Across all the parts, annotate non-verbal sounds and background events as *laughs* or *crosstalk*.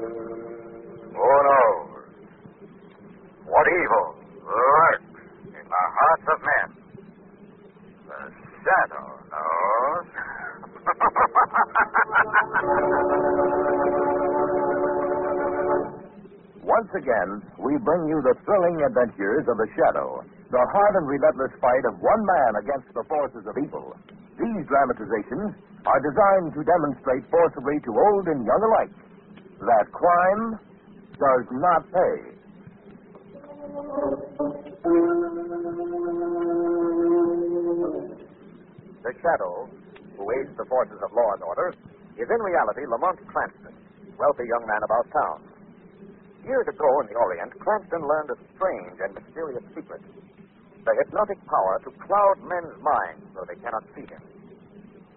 Who knows? What evil lurks in the hearts of men? The shadow knows. *laughs* Once again, we bring you the thrilling adventures of the Shadow, the hard and relentless fight of one man against the forces of evil. These dramatizations are designed to demonstrate forcibly to old and young alike that crime does not pay. the shadow, who aids the forces of law and order, is in reality Lamont Cranston, wealthy young man about town. Years ago in the Orient, Cranston learned a strange and mysterious secret the hypnotic power to cloud men's minds so they cannot see him.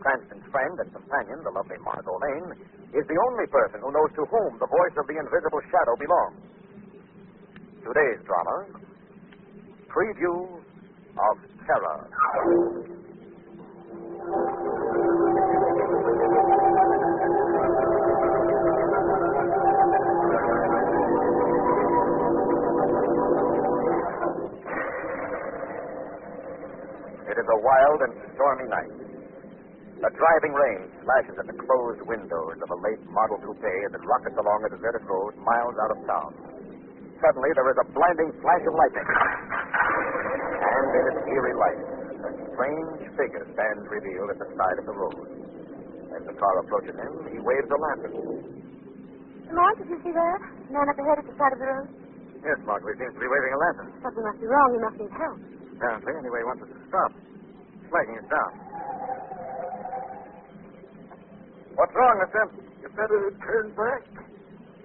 Cranston's friend and companion, the lovely Margot Lane, is the only person who knows to whom the voice of the invisible shadow belongs. Today's drama Preview of Terror. It is a wild and stormy night. A driving rain slashes at the closed windows of a late model coupe as it rockets along a deserted road miles out of town. Suddenly, there is a blinding flash of lightning. And in its eerie light, a strange figure stands revealed at the side of the road. As the car approaches him, he waves a lantern. Lamont, did you see that? Man up ahead at the side of the road? Yes, Margaret seems to be waving a lantern. Something must be wrong. He must need help. Apparently, anyway, he wants us to stop. Flagging us down. What's wrong, mister? You better turn back.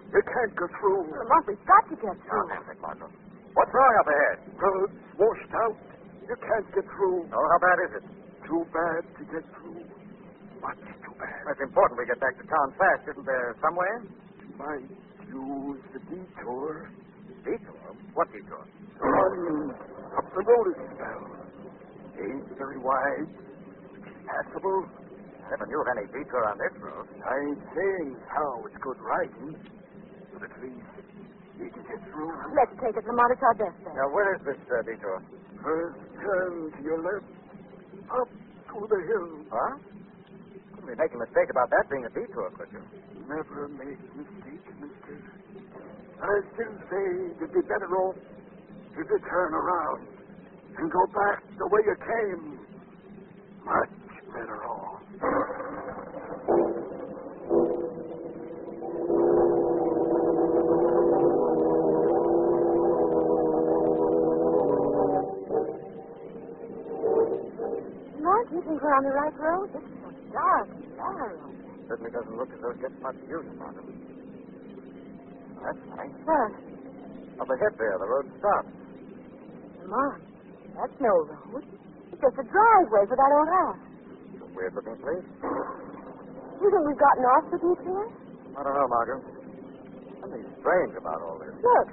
You can't go through. Lamont, we've got to get Oh, through. can't think, Margot. What's wrong up ahead? roads washed out. You can't get through. Oh, how bad is it? Too bad to get through. Much too bad. It's important we get back to town fast. Isn't there some way? Might use the detour. Detour? What detour? Run up the road a spell. Ain't very wide. Passable. Never knew of any detour on this road. I ain't saying how it's good riding, but at least you can get through. Let's take it, Lamont. It's our best bet. Now, where is this uh, detour? First turn to your left. Up to the hill. Huh? Couldn't be making a mistake about that being a detour, could you? Never make mistakes, mister. I still say you'd be better off if you turn around and go back the way you came. Much better off. Lamont, you think we're on the right road? This is so dark and narrow. Certainly doesn't look as though it gets much use, Margot. That's funny. Well, Up ahead there, the road stops. Lamont, that's no road. It's just a driveway for that old house. It's a weird looking place. You think we've gotten off the detour? I don't know, Margot. Something strange about all this. Look,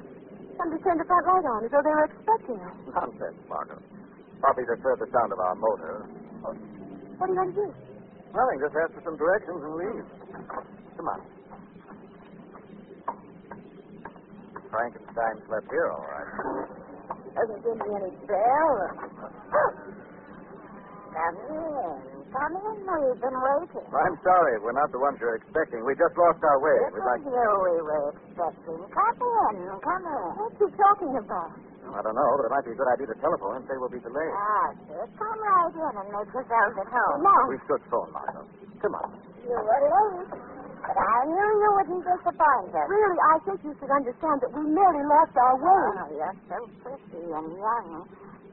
somebody turned the front light on as though they were expecting us. Nonsense, Margot. Probably just heard the sound of our motor. What are you going to do? Nothing. Just ask for some directions and leave. Come on. Frankenstein slept here, all right. Doesn't seem to be any bell. *gasps* Come in. Come in. We've been waiting. Well, I'm sorry. We're not the ones you're expecting. We just lost our way. This We'd like. was you we were expecting. Come in, come in. What you talking about? I don't know, but it might be a good idea to telephone and say we'll be delayed. Ah, sir, come right in and make yourselves at home. Lamont, We should phone, Margot. Come on. you were late, but I knew you wouldn't disappoint us. Really, I think you should understand that we merely lost our way. Oh, you're so pretty and young.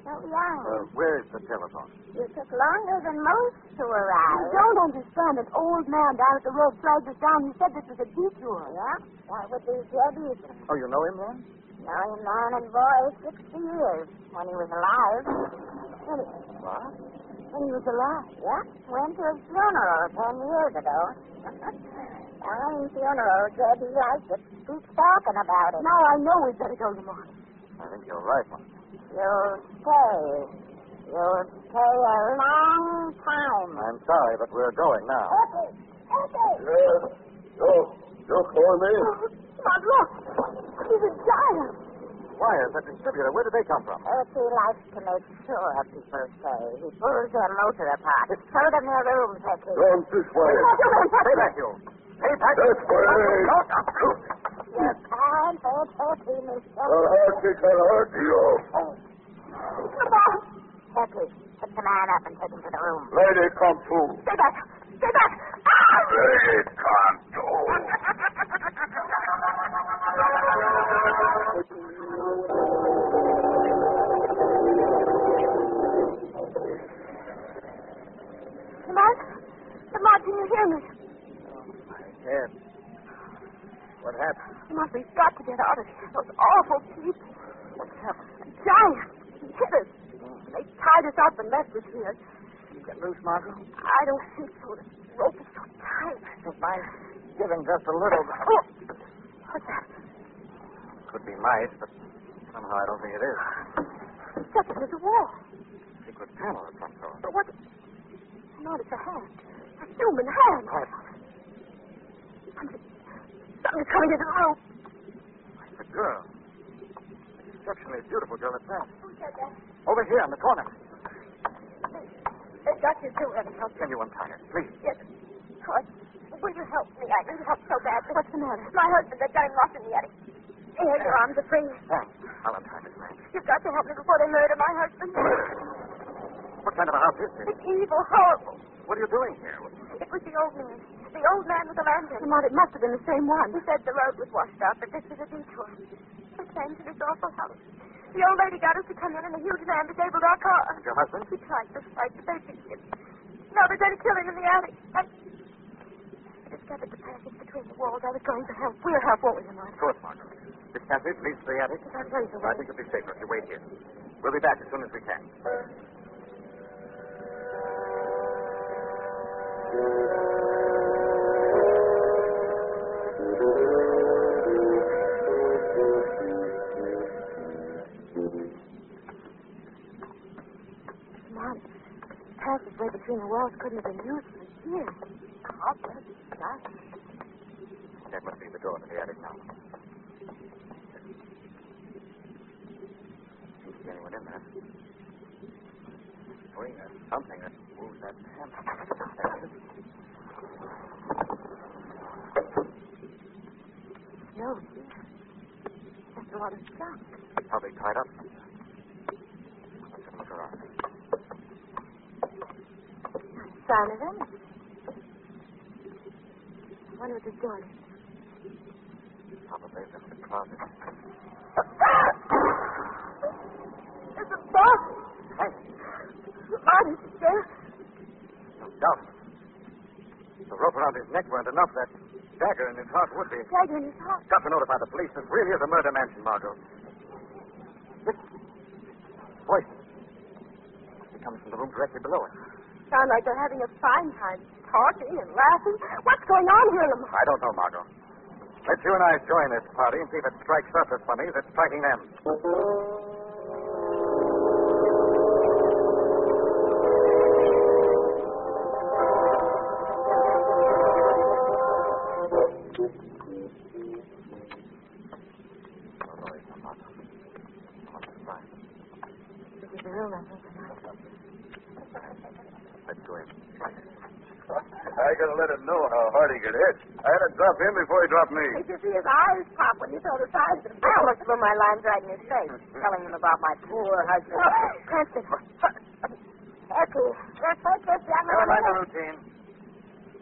So young. Uh, where's the telephone? you took longer than most to arrive. You don't understand. An old man down at the road flagged us down. He said this was a detour. Yeah? That would be dead easy. Oh, you know him then? Knowing man and boy 60 years when he was alive. When he, what? When he was alive? Yeah. Went to his funeral 10 years ago. *laughs* Darling funeral said he liked it. Keeps talking about it. Now I know we'd better go tomorrow. I think you're right, Mom. You'll stay. You'll stay a long time. I'm sorry, but we're going now. Eppie! Eppie! Yes. Don't, don't call me. But *laughs* look, he's a giant. Why is that distributor? Where did they come from? Eppie likes to make sure people stay. He pulls their motor apart. Show them their rooms, Eppie. Don't this way. Stay back, you. Stay back. This way. You can't hurt Eppie, mister. The horses can hurt you. Eppie, pick the man up and take him to the room. Lady, come too. Stay back! Stay back! Ah! Lady, come too. Lamont? Lamont, can you hear me? Yes. What happened? Lamont, we've got to get out of here. Those awful people. What happened? A giant. He hit us. They tied us up and left us here. You get loose, Margot? I don't think so. The rope is so tight. Don't mind giving just a little. Oh! What's that? Could be mice, but somehow I don't think it is. Second, there's a wall. Secret panel of some sort. But what? No, it's a hand. A human hand. Quiet. Something- Something's coming Oh, into the room. It's a girl. Exceptionally beautiful girl at that. Who said that? Over here in the corner. They've got you too, Evan. Help Can you untie her, please? Yes. What? Will you help me? I need help so badly. What's the matter? My husband, that guy locked in the attic. Here, your arms are free. Thanks. I'll untie Miss Lane. You've got to help me before they murder my husband. What kind of a house is this? It's evil, horrible. What are you doing here? It was the old man. The old man with the lantern. Lamont, it must have been the same one. He said the road was washed out, but this is a detour. It came to this awful house. The old lady got us to come in, and a huge man disabled our car. And your husband? He tried to fight, but they beat him. Now there's any killing in the alley. I, I discovered the passage between the walls. I was going to help. We'll help, won't we, Lamont? Of course, Margot. This passage leads to the attic. If I raise the I think it'll be safer if you wait here. We'll be back as soon as we can. Lamont, the passageway between the walls couldn't have been used for years. Oh, that's nice. That must be the door to the attic now. Seems to be anyone in there. Swing or something that moves that panel. That's it. No, that's a lot of stuff. Probably tied up. Let's have a look around. Sign of it. I wonder what this door is. Probably the closet. It's a box. Hey, Lamont, it's there. no doubt. The rope around his neck weren't enough. That dagger in his heart would be. Dagger in his heart. Got to notify the police. This really is a murder mansion, Margot. Listen. Voice. It comes from the room directly below us. Sound like they're having a fine time talking and laughing. What's going on here, Lamont? I don't know, Margot. Let you and I join this party and see if it strikes us as funny as it's striking them. This is the room, I think. Let's go in. I gotta let him know how hard he could hit. I had to drop him before he dropped me. Did you see his eyes pop when you saw the size of I almost blew my lines right in his face, telling him about my poor husband. Oh, Cranston, Eppie, let's take this young Never mind the man. routine.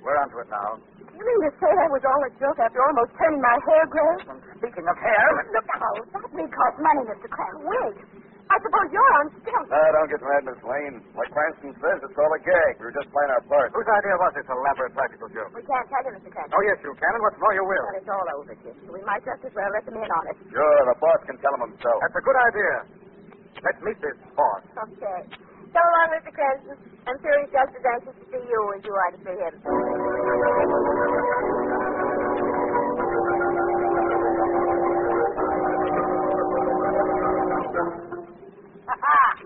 We're onto it now. you mean to say that was all a joke after almost turning my hair gray? Oh, Speaking of hair, Look out. That may cost money, Mr. Cranston. Wait. I Well, you're on Uh, stilts. No, don't get mad, Miss Lane. Like Cranston says, it's all a gag. We were just playing our part. Whose idea was this elaborate practical joke? We can't tell you, Mr. Clancy. Oh, yes, you can, and what's more, you will. Well, it's all over, Kit. So we might just as well let them in on it. Sure, the boss can tell him himself. That's a good idea. Let's meet this boss. Okay. So long, Mr. Cranston. I'm sure he's just as anxious to see you as you are to see him.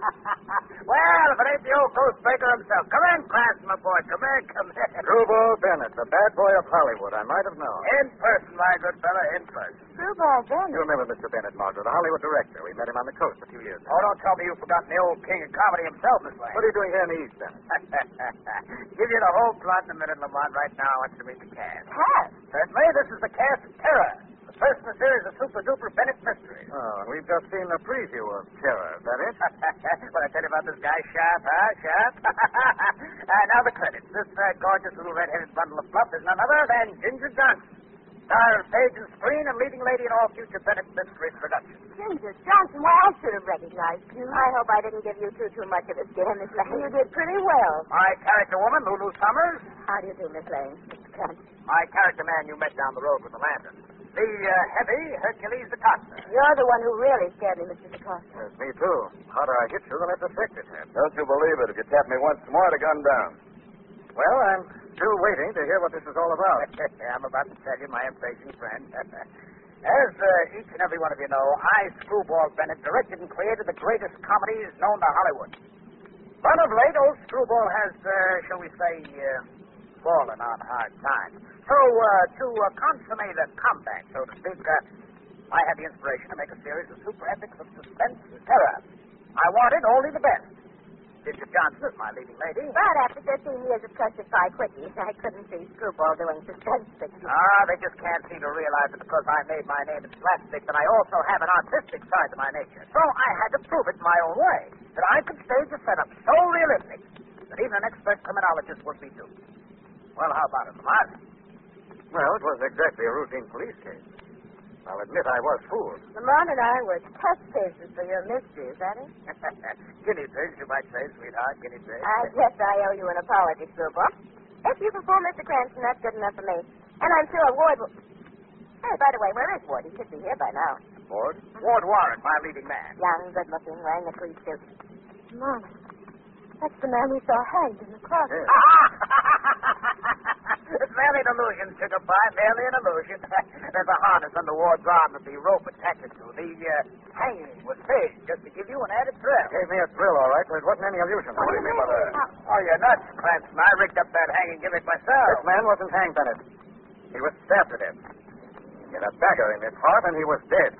well, if it ain't the old Coast Baker himself. Come in, class, my boy. Come in, come *laughs* in. Rubel Bennett, the bad boy of Hollywood. I might have known. In person, my good fella, in person. Screwball You Bennett. remember Mr. Bennett, Margaret, the Hollywood director. We met him on the coast a few years ago. Oh, don't tell me you've forgotten the old king of comedy himself, Miss Lane. What are you doing here in the East, Bennett? *laughs* Give you the whole plot in a minute, Lamont. Right now, I want you to meet the cast. Pat. Certainly, this is the cast of Terror, the first in a series of super duper Bennett mysteries. Oh, and we've just seen a preview of Terror, *laughs* Bennett. what I tell you about this guy, Sharp, huh? Sharp? *laughs* uh, now the credits. This uh, gorgeous little red-headed bundle of fluff is none other than Ginger Johnson, star of stage and screen and leading lady in all future Bennett Mysteries productions. Jesus Johnson, why, I should have recognized you. I hope I didn't give you too, too much of a scare, Miss Lane. You did pretty well. My character woman, Lulu Summers. How do you do, Miss Lane? Mr. Clancy. My character man you met down the road with the lantern. The uh, heavy Hercules the Coster. You're the one who really scared me, Mr. DeCosta. Yes, me too. Harder I hit you than I suspected him. Don't you believe it. If you tap me once more, to gun down. Well, I'm still waiting to hear what this is all about. *laughs* I'm about to tell you, my impatient friend. *laughs* As uh, each and every one of you know, I, Screwball Bennett, directed and created the greatest comedies known to Hollywood. But of late, old Screwball has, uh, shall we say, uh, fallen on hard times. So, uh, to uh, consummate a comeback, so to speak, uh, I had the inspiration to make a series of super epics of suspense and terror. I wanted only the best. Ginger Johnson is my leading lady. But after 15 years of classified quickies, I couldn't see Screwball doing suspense fiction. Ah, they just can't seem to realize that because I made my name in slapstick, that I also have an artistic side to my nature. So I had to prove it my own way that I could stage a setup so realistic that even an expert criminologist would be duped. Well, how about it, Lamont? Well, it was exactly a routine police case. I'll admit I was fooled. Lamont and I were test cases for your mystery, is that it? *laughs* guinea pigs, you might say, sweetheart, guinea pigs. I guess Uh, I owe you an apology, Screwball. If you perform Mr. Cranston, that's good enough for me. And I'm sure Ward will... Hey, by the way, where is Ward? He should be here by now. Bored? Ward Warren, my leading man. Young, good-looking, wearing a tweed suit. Lamont, that's the man we saw hanged in the *laughs* cross. Yes. it's merely an illusion, sugar pie. Merely an illusion. *laughs* There's a harness under Ward's arm that the rope attaches to. The uh, hanging was staged just to give you an added thrill. Gave me a thrill, all right, but it wasn't any illusion. What do you mean by that? Oh, you're nuts, Clanton. I rigged up that hanging gimmick myself. This man wasn't hanged, Bennett. He was stabbed to death. He had a dagger in his heart, and he was dead.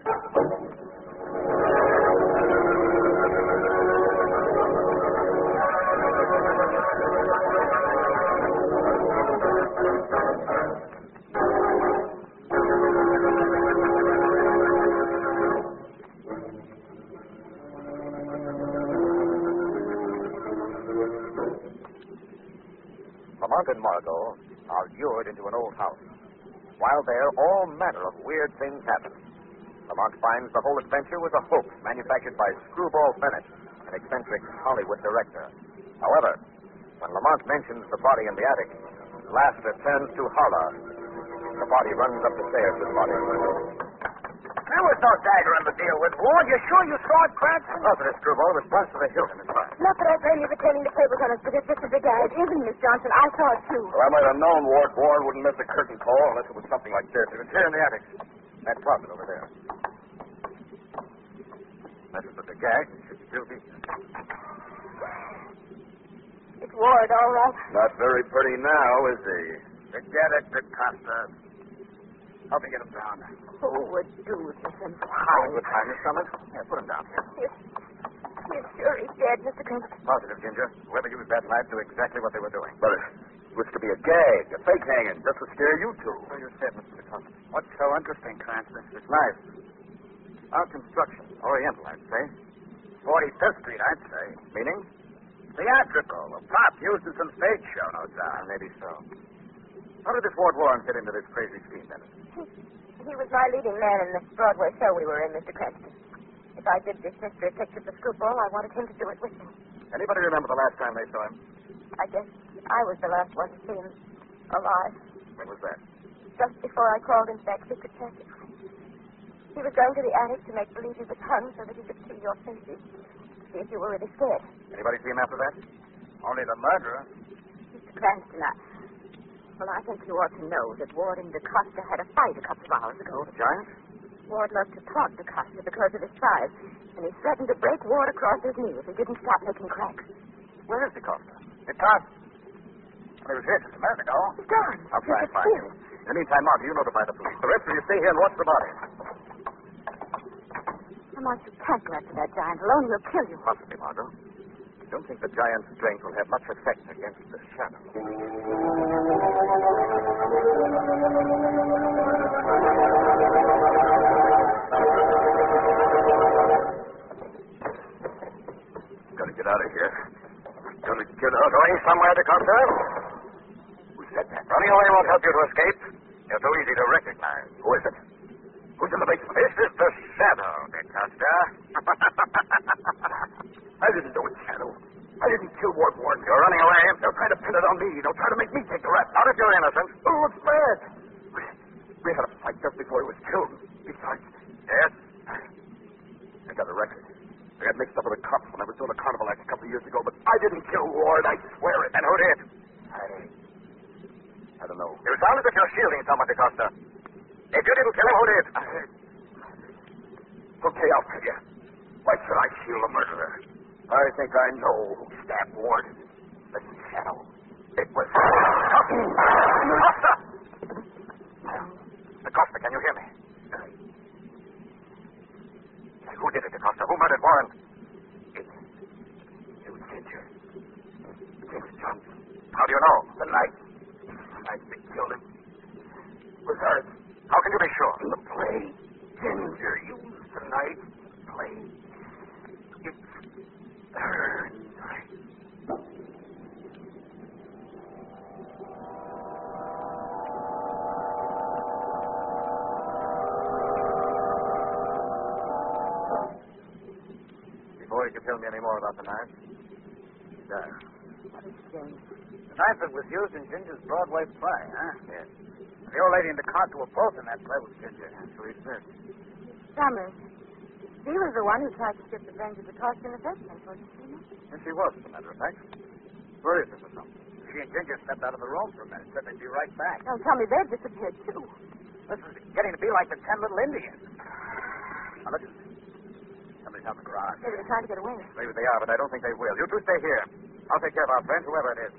Lamont and Margot are lured into an old house. While there, all manner of weird things happen. Lamont finds the whole adventure was a hoax manufactured by Screwball Bennett, an eccentric Hollywood director. However, when Lamont mentions the body in the attic, laughter turns to horror. The body runs up the stairs with body. There was no dagger in the deal with Ward. You sure you saw it, Cranston? Positive Screwball was punched to the hilt in his heart. Not that I blame you for turning the tables on us, but if this is the guy, it isn't Miss Johnson. I saw it too. Well, I might have known Ward Warren wouldn't miss a curtain call unless it was something like this. It was here in the attic. That closet over there. That's but the gag. It should still be. It's Ward, all right. Not very pretty now, is he? Forget it, DeCosta. Help me get him down. Who would do this and why? Fine. Good time, Miss Summers. Yeah, put him down here. You're sure he's dead, Mr. Cranston? Positive, Ginger. Whoever used that knife knew exactly what they were doing. But it was to be a gag, a fake hanging, just to scare you two. So you said, Mr. DeCosta. What's so interesting, Cranston? This knife. Our construction. Oriental, E I'd say. 45th Street, I'd say. Meaning? Theatrical. A pop used in some stage show, no doubt. Uh, maybe so. How did this Ward Warren fit into this crazy scheme, then? He was my leading man in the Broadway show we were in, Mr. Cranston. If I did this mystery picture for Screwball, I wanted him to do it with me. Anybody remember the last time they saw him? I guess I was the last one to see him alive. When was that? Just before I called him back, he could test it. He was going to the attic to make believe he was hung so that he could see your faces. See if you were really scared. Anybody see him after that? Only the murderer. Mr. Cranston, I... Well, I think you ought to know that Ward and DaCosta had a fight a couple of hours ago. The giant? Ward loved to taunt DaCosta because of his size, and he threatened to break Ward across his knee if he didn't stop making cracks. Where is DeCosta? Because. He was here just a minute ago. He's gone. I'll try and You could find feel him. it. In the meantime, Martha, you notify the police. The rest of you stay here and watch the body. Come on, you can't go after that giant alone. He'll kill you. Possibly, Margot. Don't think the giant's strength will have much effect against the shadow. Gotta get out of here. Gotta get out. Going somewhere to come Who said that? Running away won't help you to escape. You're too easy to recognize. Who is it? Who's in the basement? This is the shadow, DeCosta. *laughs* I didn't do it, Shadow. I didn't kill Ward Warren. You're running away. They'll try to pin it on me. They'll try to make me take the rap. Not if you're innocent. Oh, it's bad. We, we had a fight just before he was killed. Besides, Yes. I got a record. I got mixed up with the cops when I was doing a carnival act a couple of years ago, but I didn't kill Ward. I swear it. And who did? I, I don't know. You sounded that you're shielding someone, DeCosta. If you didn't kill him, who did? *laughs* Okay, I'll tell you. Why should I shield a murderer? I think I know who stabbed Ward. Listen, Shadow. It *laughs* was. DeCosta! DeCosta, can you hear me? Who did it, DeCosta? Who murdered Warren? It, it was Ginger. James Johnson. How do you know? The night. The night they killed him. Was ours. How can you be sure? In the play. Ginger used the night. Play. It's her night. Before you can tell me any more about the knife. Yeah. The knife that was used in Ginger's Broadway play, huh? Yes. The old lady and the cart were both in that play with Ginger. Actually, it's this. Summers. He was the one who tried to get the revenge of the cost in the first place, wasn't he? And she was, as a matter of fact. Where is Mrs. Thompson? She and Ginger stepped out of the room for a minute, said they'd be right back. Don't tell me they disappeared, too. This is getting to be like the ten little Indians. Now listen. Somebody's out in the garage. They were trying to get away. Maybe they are, but I don't think they will. You two stay here. I'll take care of our friend, whoever it is.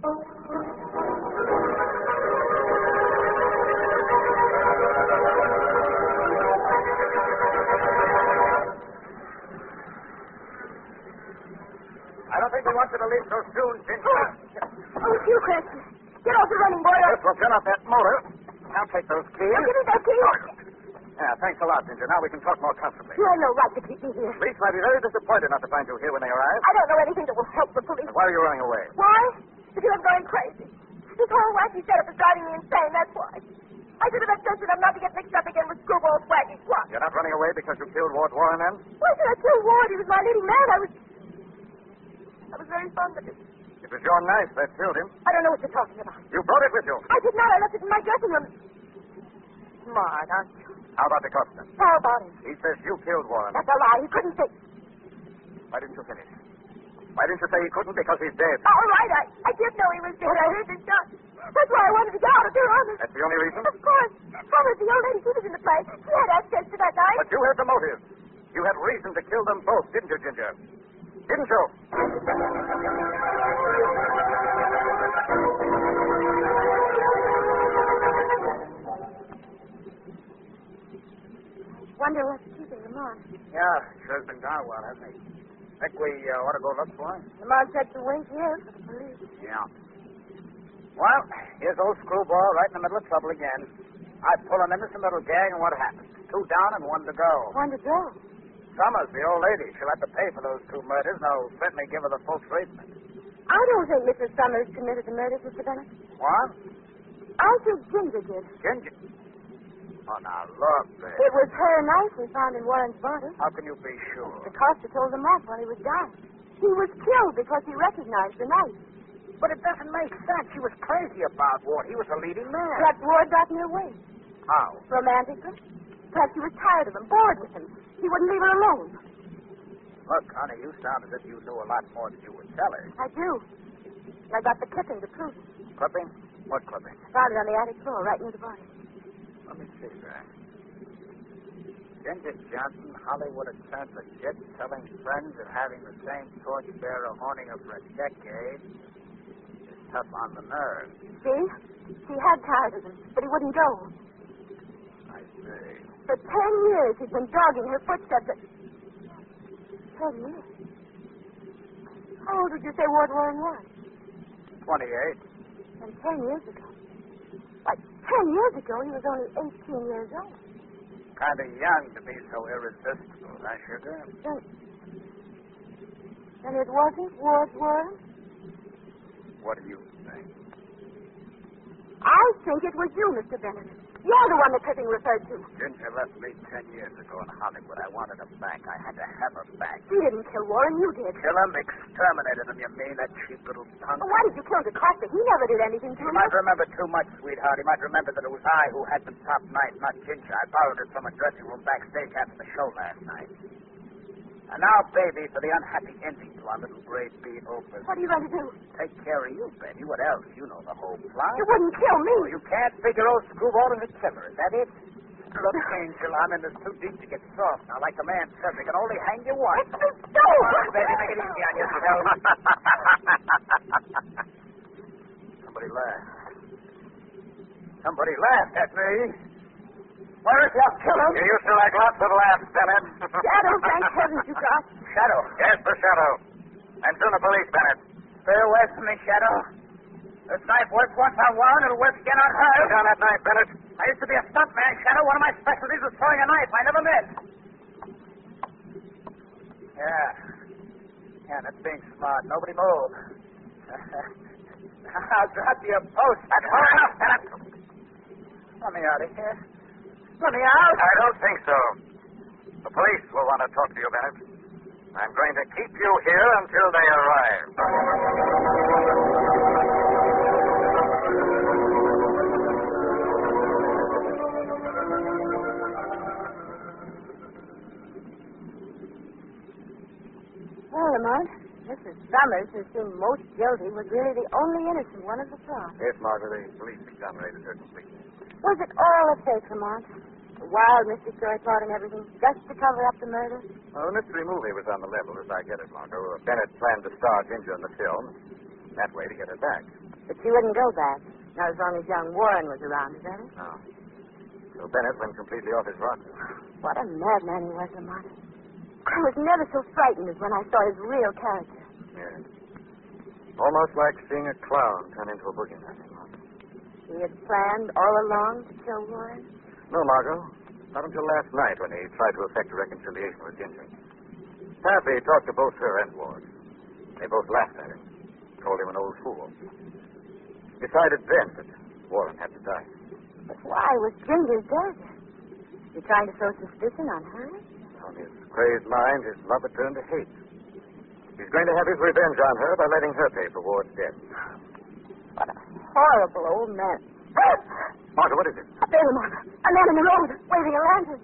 I don't think we want you to leave so soon, Ginger. Oh, it's you, Cranston. Get off the running, boy. Uh, Yes, well, turn off that motor. Now take those keys. Give me that key. uh, Yeah, thanks a lot, Ginger. Now we can talk more comfortably. You had no right to keep me here. Police might be very disappointed not to find you here when they arrive. I don't know anything that will help the police. And why are you running away? Why? Because I'm going crazy. This whole wacky setup is driving me insane, that's why. I should have insisted I'm not to get mixed up again with Screwball's wacky plot. You're not running away because you killed Ward Warren, then? Why should I kill Ward? He was my leading man. I was... I was very fond of him. It was your knife that killed him. I don't know what you're talking about. You brought it with you. I did not. I left it in my dressing room. Smart, aren't you? How about the constant? How about him? He says you killed Warren. That's a lie. He couldn't Oh, think. Why didn't you finish? Why didn't you say he couldn't? Because he's dead. All right, I, I did know he was dead. I heard the shot. That's why I wanted to get out of there on the... That's the only reason. Of course. Thomas, the old lady, she was in the place. She had access to that knife. But you had the motive. You had reason to kill them both, didn't you, Ginger? Didn't you? Wonder what's keeping Lamont. Yeah, sure has been gone a while, hasn't he? Think we uh, ought to go look for him? Lamont said to wait here for the police. Yeah. Well, here's old screwball right in the middle of trouble again. I pull him into some little gag, and what happens? Two down and one to go. One to go. Summers, the old lady, she'll have to pay for those two murders, and I'll certainly give her the full treatment. I don't think Mrs. Summers committed the murders, Mr. Bennett. What? I think Ginger did. Ginger. Oh, now, look, Bill. It was her knife we found in Warren's body. How can you be sure? The coster told them that while he was dying. He was killed because he recognized the knife. But it doesn't make sense. She was crazy about Ward. He was a leading man. Perhaps Ward got in her way. How? Romantically. Perhaps he was tired of him, bored with him. He wouldn't leave her alone. Look, Connie, you sound as if you knew a lot more than you would tell her. I do. And I got the clipping to prove it. Clipping? What clipping? Found it on the attic floor, right near the body. Let me see that. Ginger Johnson, Hollywood attorney legit, telling friends of having the same torchbearer haunting her for a decade is tough on the nerves. See? She had tired of him, but he wouldn't go. I see. For ten years he'd been dogging her footsteps. At... Ten years? How old did you say Ward Warren was? 28. And ten years ago. Why, ten years ago he was only 18 years old. Kind of young to be so irresistible, huh, Sugar? Then, then it wasn't Ward Warren? What do you think? I think it was you, Mr. Bennett. You're the one the clipping referred to. Ginger left me ten years ago in Hollywood. I wanted her back. I had to have her back. She didn't kill Warren, you did. Kill him, exterminated him, you mean? That cheap little punk. But why did you kill the Costa? He never did anything to He him. might remember too much, sweetheart. He might remember that it was I who had the top knife, not Ginger. I borrowed it from a dressing room backstage after the show last night. And now, baby, for the unhappy ending to our little grade B opus. What are you going to do? Take care of you, Betty. What else? You know the whole plot. You wouldn't kill me. Oh, you can't figure old Screwball is a killer. Is that it? Look, Angel, I'm in this too deep to get soft now. Like the man says, they can only hang you *laughs* once. Let Come me go. on, baby, make it easy on yourself. *laughs* Somebody laughed. Somebody laughed at me. Where is your killer? You used to like lots of laughs, *laughs* Bennett. Shadow, thank heavens you got. Shadow. Yes, the shadow. And soon the police, Bennett. Stay away from me, Shadow. This knife works once on Warren, it'll work again on her. Put down that knife, Bennett. I used to be a stuntman, Shadow. One of my specialties was throwing a knife. I never missed. Yeah. Yeah, that's being smart. Nobody move. I'll drop your post. That's far enough, Bennett. Let me out of here. Let me out. I don't think so. The police will want to talk to you, Bennett. I'm going to keep you here until they arrive. Well, Lamont, Mrs. Summers, who seemed most guilty, was really the only innocent one of the plot. Yes, Margaret, the police exonerated her completely. Was it all a fake, Lamont? The wild mystery story plot and everything, just to cover up the murder? Well, the mystery movie was on the level, as I get it, Margot. Bennett planned to star Ginger in the film. That way to get her back. But she wouldn't go back. Not as long as young Warren was around, is that it? Oh. So Bennett went completely off his rocker. What a madman he was, Lamont. I was never so frightened as when I saw his real character. Yes. Almost like seeing a clown turn into a boogeyman. He had planned all along to kill Warren. No, Margot. Not until last night when he tried to effect a reconciliation with Ginger. Taffy talked to both her and Ward. They both laughed at him, called him an old fool. Decided then that Warren had to die. But why was Ginger dead? You trying to throw suspicion on her? On his crazed mind, his love had turned to hate. He's going to have his revenge on her by letting her pay for Ward's death. What a horrible old man. Margot, what is it? Up there, Lamont. A man in the road, waving a lantern.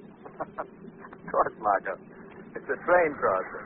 Of course, Margot. It's a train crossing.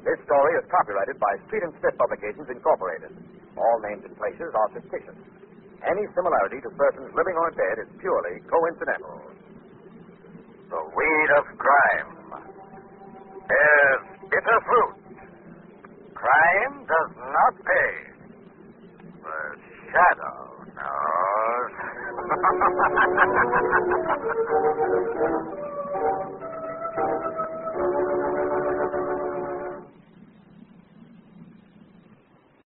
This story is copyrighted by Street and Smith Publications, Incorporated. All names and places are fictitious. Any similarity to persons living or dead is purely coincidental. The weed of crime uh, bears bitter fruit. Crime does not pay. *laughs*